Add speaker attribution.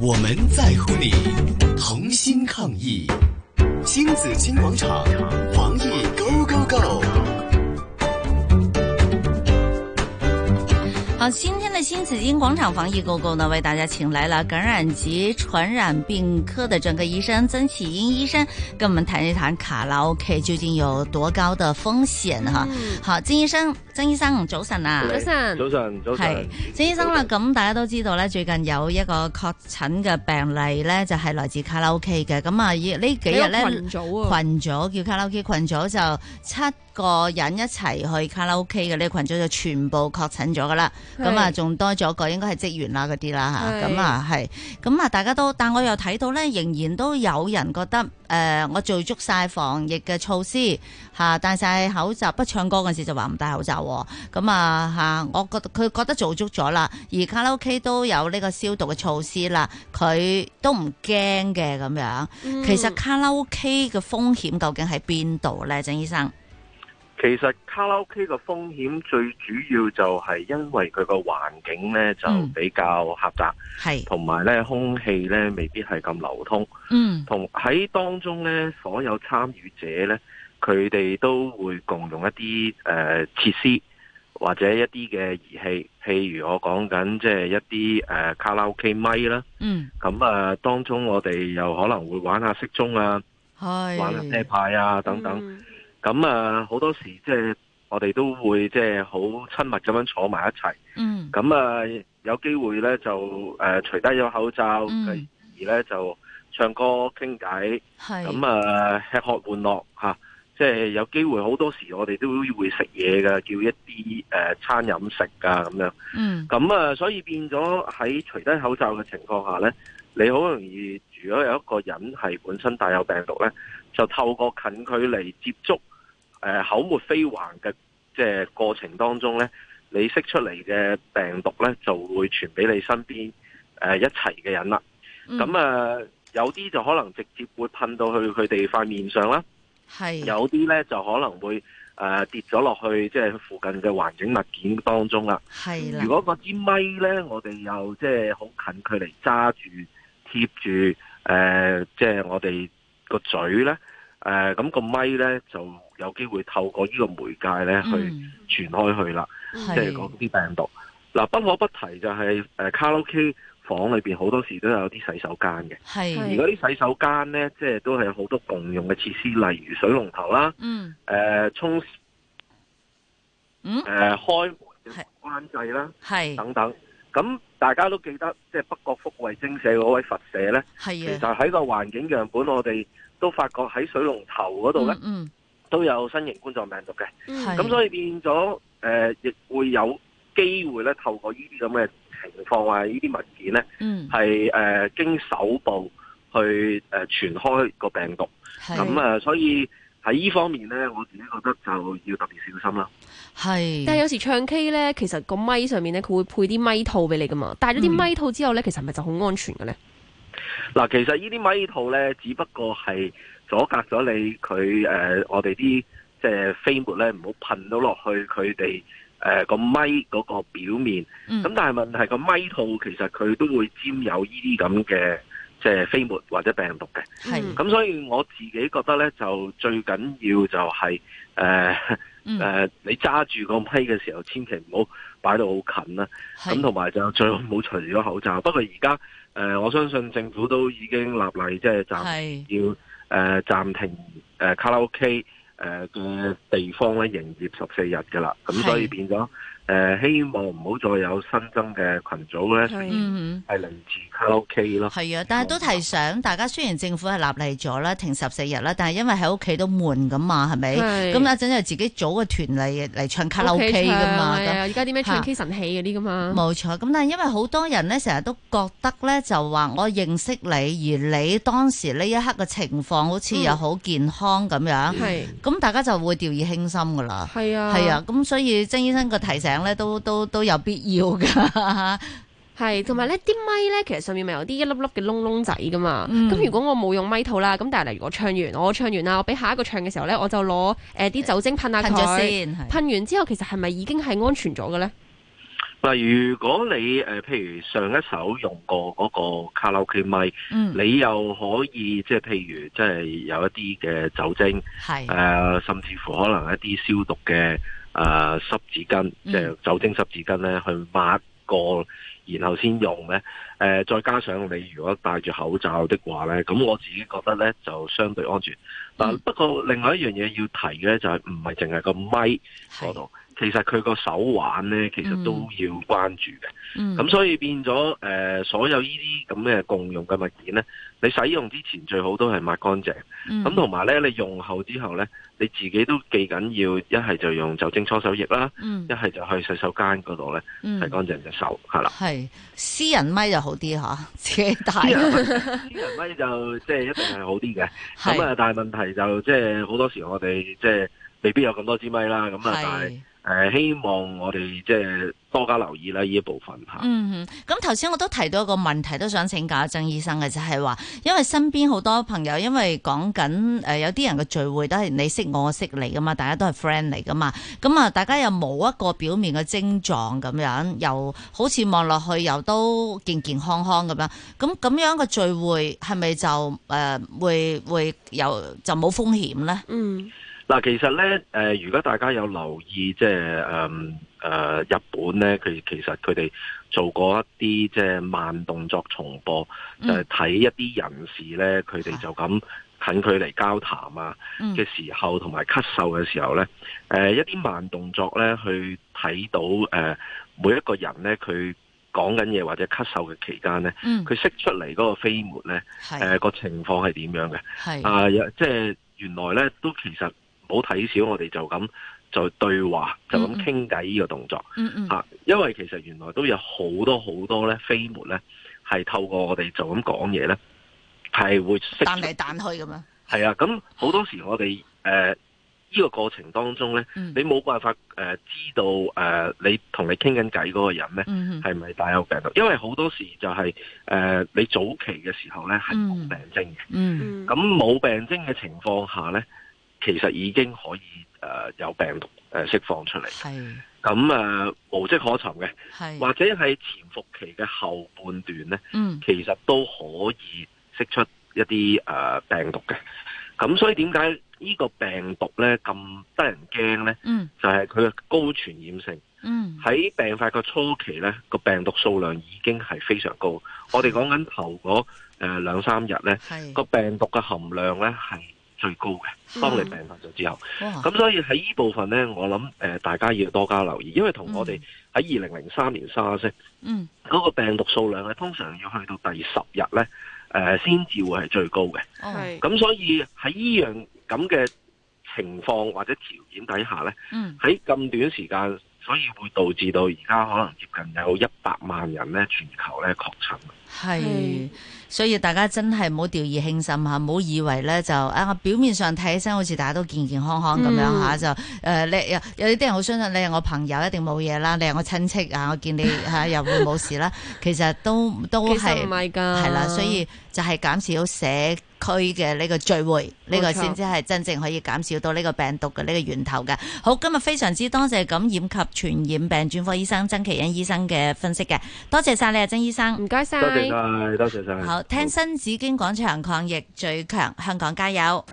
Speaker 1: 我们在乎你，同心抗疫。星子金广场，防疫 Go Go Go！
Speaker 2: 好，今天的新紫金广场防疫狗狗呢，为大家请来了感染及传染病科的专科医生曾启英医生，跟我们谈一谈卡拉 OK 究竟有多高的风险哈。好，曾医生，曾医生早晨啊，
Speaker 3: 嗯早晨
Speaker 4: 早晨，早晨
Speaker 2: 係，曾醫生啦，咁大家都知道咧，最近有一個確診嘅病例咧，就係、來自卡拉 OK 嘅。咁啊，依呢幾日咧
Speaker 3: 有群組啊
Speaker 2: 群組叫卡拉 OK 群組就七個人一齊去卡拉 OK 嘅呢個群組就全部確診咗噶啦。
Speaker 3: 係
Speaker 2: 咁啊，仲多咗個應該係職員啦嗰啲啦
Speaker 3: 係
Speaker 2: 嚇。咁啊係，咁啊大家都，但我又睇到咧，仍然都有人覺得誒、呃我做足晒防疫嘅措施嚇、戴晒口罩，不唱歌嗰陣時就話唔戴口罩喎、咁啊嚇，我覺得佢覺得做足咗啦，而卡拉 OK 都有呢個消毒嘅措施啦，佢都唔驚嘅咁樣。
Speaker 3: 嗯
Speaker 2: 其實卡拉 OK 嘅風險究竟喺邊度咧，鄭醫生？
Speaker 4: 其實卡拉 OK 嘅風險最主要就係因為佢個環境呢就
Speaker 2: 嗯
Speaker 4: 比較狹窄，
Speaker 2: 係，
Speaker 4: 同埋呢空氣呢未必係咁流通，
Speaker 2: 嗯，
Speaker 4: 同喺當中呢，所有參與者呢，佢哋都會共用一啲誒、呃、設施或者一啲嘅儀器，譬如我講緊即係一啲誒、呃卡拉 OK 咪啦，
Speaker 2: 嗯，
Speaker 4: 咁啊、呃、當中我哋又可能會玩下骰盅啊，
Speaker 2: 係，
Speaker 4: 玩下啤牌啊等等。
Speaker 3: 嗯
Speaker 4: 咁啊，好多時即係我哋都會即係好親密咁樣坐埋一齊。
Speaker 2: 嗯，
Speaker 4: 咁啊，有機會咧就誒除低咗口罩，
Speaker 2: 嗯
Speaker 4: 繼而咧就唱歌傾偈。
Speaker 2: 係，
Speaker 4: 咁啊，吃喝玩樂嚇、即係有機會好多時我哋都會食嘢㗎，叫一啲誒、呃餐飲食啊咁樣。
Speaker 2: 嗯，
Speaker 4: 咁啊，所以變咗喺除低口罩嘅情況下咧，你好容易如果有一個人係本身帶有病毒咧，就透過近距離接觸，誒、呃口沫飛橫嘅即係過程當中咧，你釋出嚟嘅病毒咧就會傳俾你身邊誒、呃一齊嘅人啦。
Speaker 2: 嗯
Speaker 4: 咁啊、有啲就可能直接會噴到去佢哋塊面上啦。
Speaker 2: 係，
Speaker 4: 有啲咧就可能會誒、呃跌咗落去即係附近嘅環境物件當中啦。
Speaker 2: 係啦，
Speaker 4: 如果嗰支咪咧，我哋又即係好近距離揸住貼住誒，呃即、係、我哋個嘴咧，誒、咁個咪咧就有機會透過呢個媒介咧
Speaker 2: 嗯，
Speaker 4: 去傳開去啦，
Speaker 3: 嗯
Speaker 4: 即
Speaker 2: 係
Speaker 4: 係嗰啲病毒。嗱，不可不提就係、呃卡拉 OK 房裏邊好多時都有啲洗手間嘅，而
Speaker 2: 係，
Speaker 3: 係
Speaker 4: 嗰啲洗手間咧，即係都係好多共用嘅設施，例如水龍頭啦，
Speaker 2: 嗯，
Speaker 4: 誒、沖誒、
Speaker 2: 嗯，
Speaker 4: 呃、開門
Speaker 2: 係
Speaker 4: 嘅關掣啦。
Speaker 2: 係，
Speaker 4: 等等。咁大家都記得，即係北角福慧精舍嗰位佛社呢，其
Speaker 2: 係
Speaker 4: 實
Speaker 2: 啊，
Speaker 4: 喺個環境樣本，我哋都發覺喺水龍頭嗰度呢，
Speaker 2: 嗯，
Speaker 4: 都有新型冠狀病毒嘅。
Speaker 3: 嗯
Speaker 2: 係
Speaker 4: 咁所以變咗誒，亦、會有機會呢，透過呢啲咁嘅情況啊，呢啲文件呢，
Speaker 2: 嗯，嗯，
Speaker 4: 係誒、呃、經手部去誒、呃、傳開個病毒。
Speaker 2: 係
Speaker 4: 咁啊，所以喺呢方面呢，我自己覺得就要特別小心啦。
Speaker 2: 係，
Speaker 3: 但係有時唱 K 咧，其實個咪上面咧，佢會配啲咪套俾你噶嘛。戴咗啲
Speaker 2: 嗯
Speaker 3: 咪套之後咧，其實係咪就好安全嘅咧？
Speaker 4: 嗱，其實呢啲咪套咧，只不過係阻隔咗你佢誒、呃我哋啲即係飛沫咧，唔好噴到落去佢哋誒個咪嗰個表面。
Speaker 2: 嗯
Speaker 4: 咁、但係問題個咪套其實佢都會沾有呢啲咁嘅即係飛沫或者病毒嘅。
Speaker 2: 係，
Speaker 4: 咁所以我自己覺得咧，就最緊要就係誒
Speaker 2: 嗯，
Speaker 4: 誒，你揸住個咪嘅時候，千祈唔好擺到好近啦。咁
Speaker 2: 係，
Speaker 4: 同埋就最好唔好除咗口罩。不過而家誒，我相信政府都已經立例，即係暫
Speaker 2: 係，
Speaker 4: 要誒、呃、暫停誒、呃卡拉 OK 誒、呃、嘅地方咧營業十四日㗎啦。咁
Speaker 2: 係
Speaker 4: 所以變咗誒、呃希望唔好再有新增嘅群組咧，
Speaker 3: 係
Speaker 2: 嗯。
Speaker 4: 係嚟自卡拉 OK 咯。
Speaker 2: 係啊，但係都提想大家，雖然政府係立例咗啦，停十四日啦，但係因為喺屋企都悶噶嘛，係咪？咁
Speaker 3: 係
Speaker 2: 有陣就自己組個團嚟嚟唱卡拉 OK
Speaker 3: 唱
Speaker 2: 噶嘛，
Speaker 3: 係
Speaker 2: 咁
Speaker 3: 啊，而家啲咩唱 K 神器嗰啲噶
Speaker 4: 嗯
Speaker 3: 嘛，
Speaker 2: 冇錯，咁但係因為好多人咧，成日都覺得咧就話我認識你，而你當時呢一刻嘅情況好似又好健康咁樣，
Speaker 4: 嗯
Speaker 3: 係
Speaker 2: 咁、大家就會掉以輕心噶啦。
Speaker 3: 係啊，
Speaker 2: 啊嗯係啊，咁所以曾醫生個提醒咧，都都都有必要 噶。
Speaker 3: 係，同埋咧啲咪咧，其實上面咪有啲一粒粒嘅窿窿仔噶嘛。
Speaker 2: 嗯
Speaker 3: 咁、如果我冇用咪套啦，咁但係例如我唱完，我唱完啦，我俾下一個唱嘅時候咧，我就呃攞誒啲酒精噴下
Speaker 2: 噴咗
Speaker 3: 佢，
Speaker 2: 先，係
Speaker 3: 噴完之後其實係咪已經係安全咗嘅咧？
Speaker 4: 嗱，如果你誒、呃譬如上一首用過嗰個卡拉 OK 咪，
Speaker 2: 嗯，
Speaker 4: 你又可以即係譬如即係有一啲嘅酒精，
Speaker 2: 係
Speaker 4: 誒、甚至乎可能一啲消毒嘅誒、呃、濕紙巾，
Speaker 2: 嗯
Speaker 4: 即係酒精濕紙巾咧去抹過，然後先用咧。誒、再加上你如果戴住口罩的話咧，咁我自己覺得咧就相對安全。嗱、
Speaker 2: 嗯
Speaker 4: 不過另外一樣嘢要提嘅咧就係唔係淨係個咪嗰
Speaker 2: 係，
Speaker 4: 度，其實佢個手環咧其實都要關注嘅。
Speaker 2: 嗯，
Speaker 4: 咁所以變咗誒、呃所有呢啲咁嘅共用嘅物件咧，你使用之前最好都係抹乾淨。
Speaker 2: 嗯
Speaker 4: 咁，同埋咧，你用後之後咧，你自己都記緊要一係就用酒精搓手液啦，
Speaker 2: 嗯
Speaker 4: 一，係就去洗手間嗰度咧洗
Speaker 2: 嗯，
Speaker 4: 乾淨隻手，係啦。
Speaker 2: 係私人咪就好啲吓，自己帶，
Speaker 4: 私人咪私人咪就即係一定係好啲嘅。咁
Speaker 2: 係
Speaker 4: 啊，但係問題就即係好多時我哋即係未必有咁多支咪啦。咁啊，但係誒、
Speaker 2: 係。
Speaker 4: 呃希望我哋即係多加留意啦呢一部分嚇。
Speaker 2: 嗯，咁頭先我都提到一個問題，都想請教曾醫生嘅，就係話，因為身邊好多朋友，因為講緊呃誒有啲人嘅聚會都係你識我，我識你噶嘛，大家都係 friend 嚟噶嘛，咁啊，大家又冇一個表面嘅症狀咁樣，又好似望落去又都健健康康咁樣，咁咁樣嘅聚會係咪就誒、呃、會會有就冇風險咧？
Speaker 3: 嗯
Speaker 4: 嗱，其實咧，誒、如果大家有留意，即係誒誒日本咧，佢其實佢哋做過一啲即係慢動作重播，就係
Speaker 2: 嗯
Speaker 4: 睇一啲人士咧，佢哋就咁近距離交談啊
Speaker 2: 嗯
Speaker 4: 嘅時候，同埋咳嗽嘅時候咧，誒、一啲慢動作咧，去睇到誒、呃每一個人咧，佢講緊嘢或者咳嗽嘅期間咧，
Speaker 2: 嗯，
Speaker 4: 佢釋出嚟嗰個飛沫咧，誒、
Speaker 2: 係
Speaker 4: 個情況係點樣嘅？
Speaker 2: 係
Speaker 4: 呃啊，有即係原來咧，都其實唔好睇少我哋就咁就對話，就咁
Speaker 2: 嗯嗯
Speaker 4: 傾偈呢個動作
Speaker 2: 嗯嗯
Speaker 4: 嚇、啊因為其實原來都有好多好多咧飛沫咧，係透過我哋就咁講嘢咧，係會識
Speaker 2: 彈嚟彈去咁樣，
Speaker 4: 係啊。咁好多時我哋誒呢個過程當中咧，
Speaker 2: 嗯
Speaker 4: 你冇辦法誒、呃知道誒、呃你同你傾緊偈嗰個人咧。
Speaker 2: 嗯
Speaker 4: 係咪帶有病毒？因為好多時就係、呃你早期嘅時候咧係冇
Speaker 2: 嗯
Speaker 4: 病徵嘅。
Speaker 2: 嗯
Speaker 3: 嗯
Speaker 4: 咁冇病徵嘅情況下呢，其實已經可以誒、呃有病毒誒、呃、釋放出嚟，
Speaker 2: 係
Speaker 4: 咁誒、呃、無跡可尋嘅，
Speaker 2: 係
Speaker 4: 或者係潛伏期嘅後半段呢，
Speaker 2: 嗯。
Speaker 4: 其實都可以釋出一啲誒、呃病毒嘅。咁所以點解呢個病毒呢咁得人驚呢？
Speaker 2: 嗯
Speaker 4: 就係佢嘅高傳染性。
Speaker 2: 嗯，
Speaker 4: 喺病發個初期呢，個病毒數量已經係非常高。我哋講緊頭嗰誒兩三日呢。
Speaker 2: 係
Speaker 4: 個病毒嘅含量咧係最高嘅。當你病發咗之後，
Speaker 2: 哇
Speaker 4: 咁、所以喺呢部分咧，我諗誒、呃大家要多加留意，因為同我哋喺二零零三年沙士
Speaker 2: 嗯
Speaker 4: 嗰個病毒數量咧，通常要去到第十日咧，誒先至會係最高嘅。
Speaker 2: 哦
Speaker 3: 係
Speaker 4: 咁所以喺呢樣咁嘅情況或者條件底下咧，
Speaker 2: 嗯
Speaker 4: 喺咁短時間，所以會導致到而家可能接近有一百萬人咧全球咧確診。
Speaker 2: 係
Speaker 3: 係，
Speaker 2: 所以大家真係唔好掉以輕心嚇，啊唔好以為咧就啊表面上睇起身好似大家都健健康康咁樣嚇，
Speaker 3: 嗯
Speaker 2: 就誒、呃你有有啲人好相信你係我朋友一定冇嘢啦，你係我親戚啊，我 見你嚇、啊又會冇事啦，其實都都
Speaker 3: 其實
Speaker 2: 係
Speaker 3: 唔係㗎，
Speaker 2: 係啦，所以就係減少社區嘅呢個聚會，呢、個
Speaker 3: 冇錯
Speaker 2: 先至係真正可以減少到呢個病毒嘅呢個源頭嘅。好，今日非常之多謝感染及傳染病專科醫生曾祈殷醫生嘅分析嘅，多謝晒你啊，曾醫生。
Speaker 3: 唔該晒
Speaker 4: 多。謝晒，多謝晒。
Speaker 2: 好，聽新紫荊廣場抗疫最強，香港加油！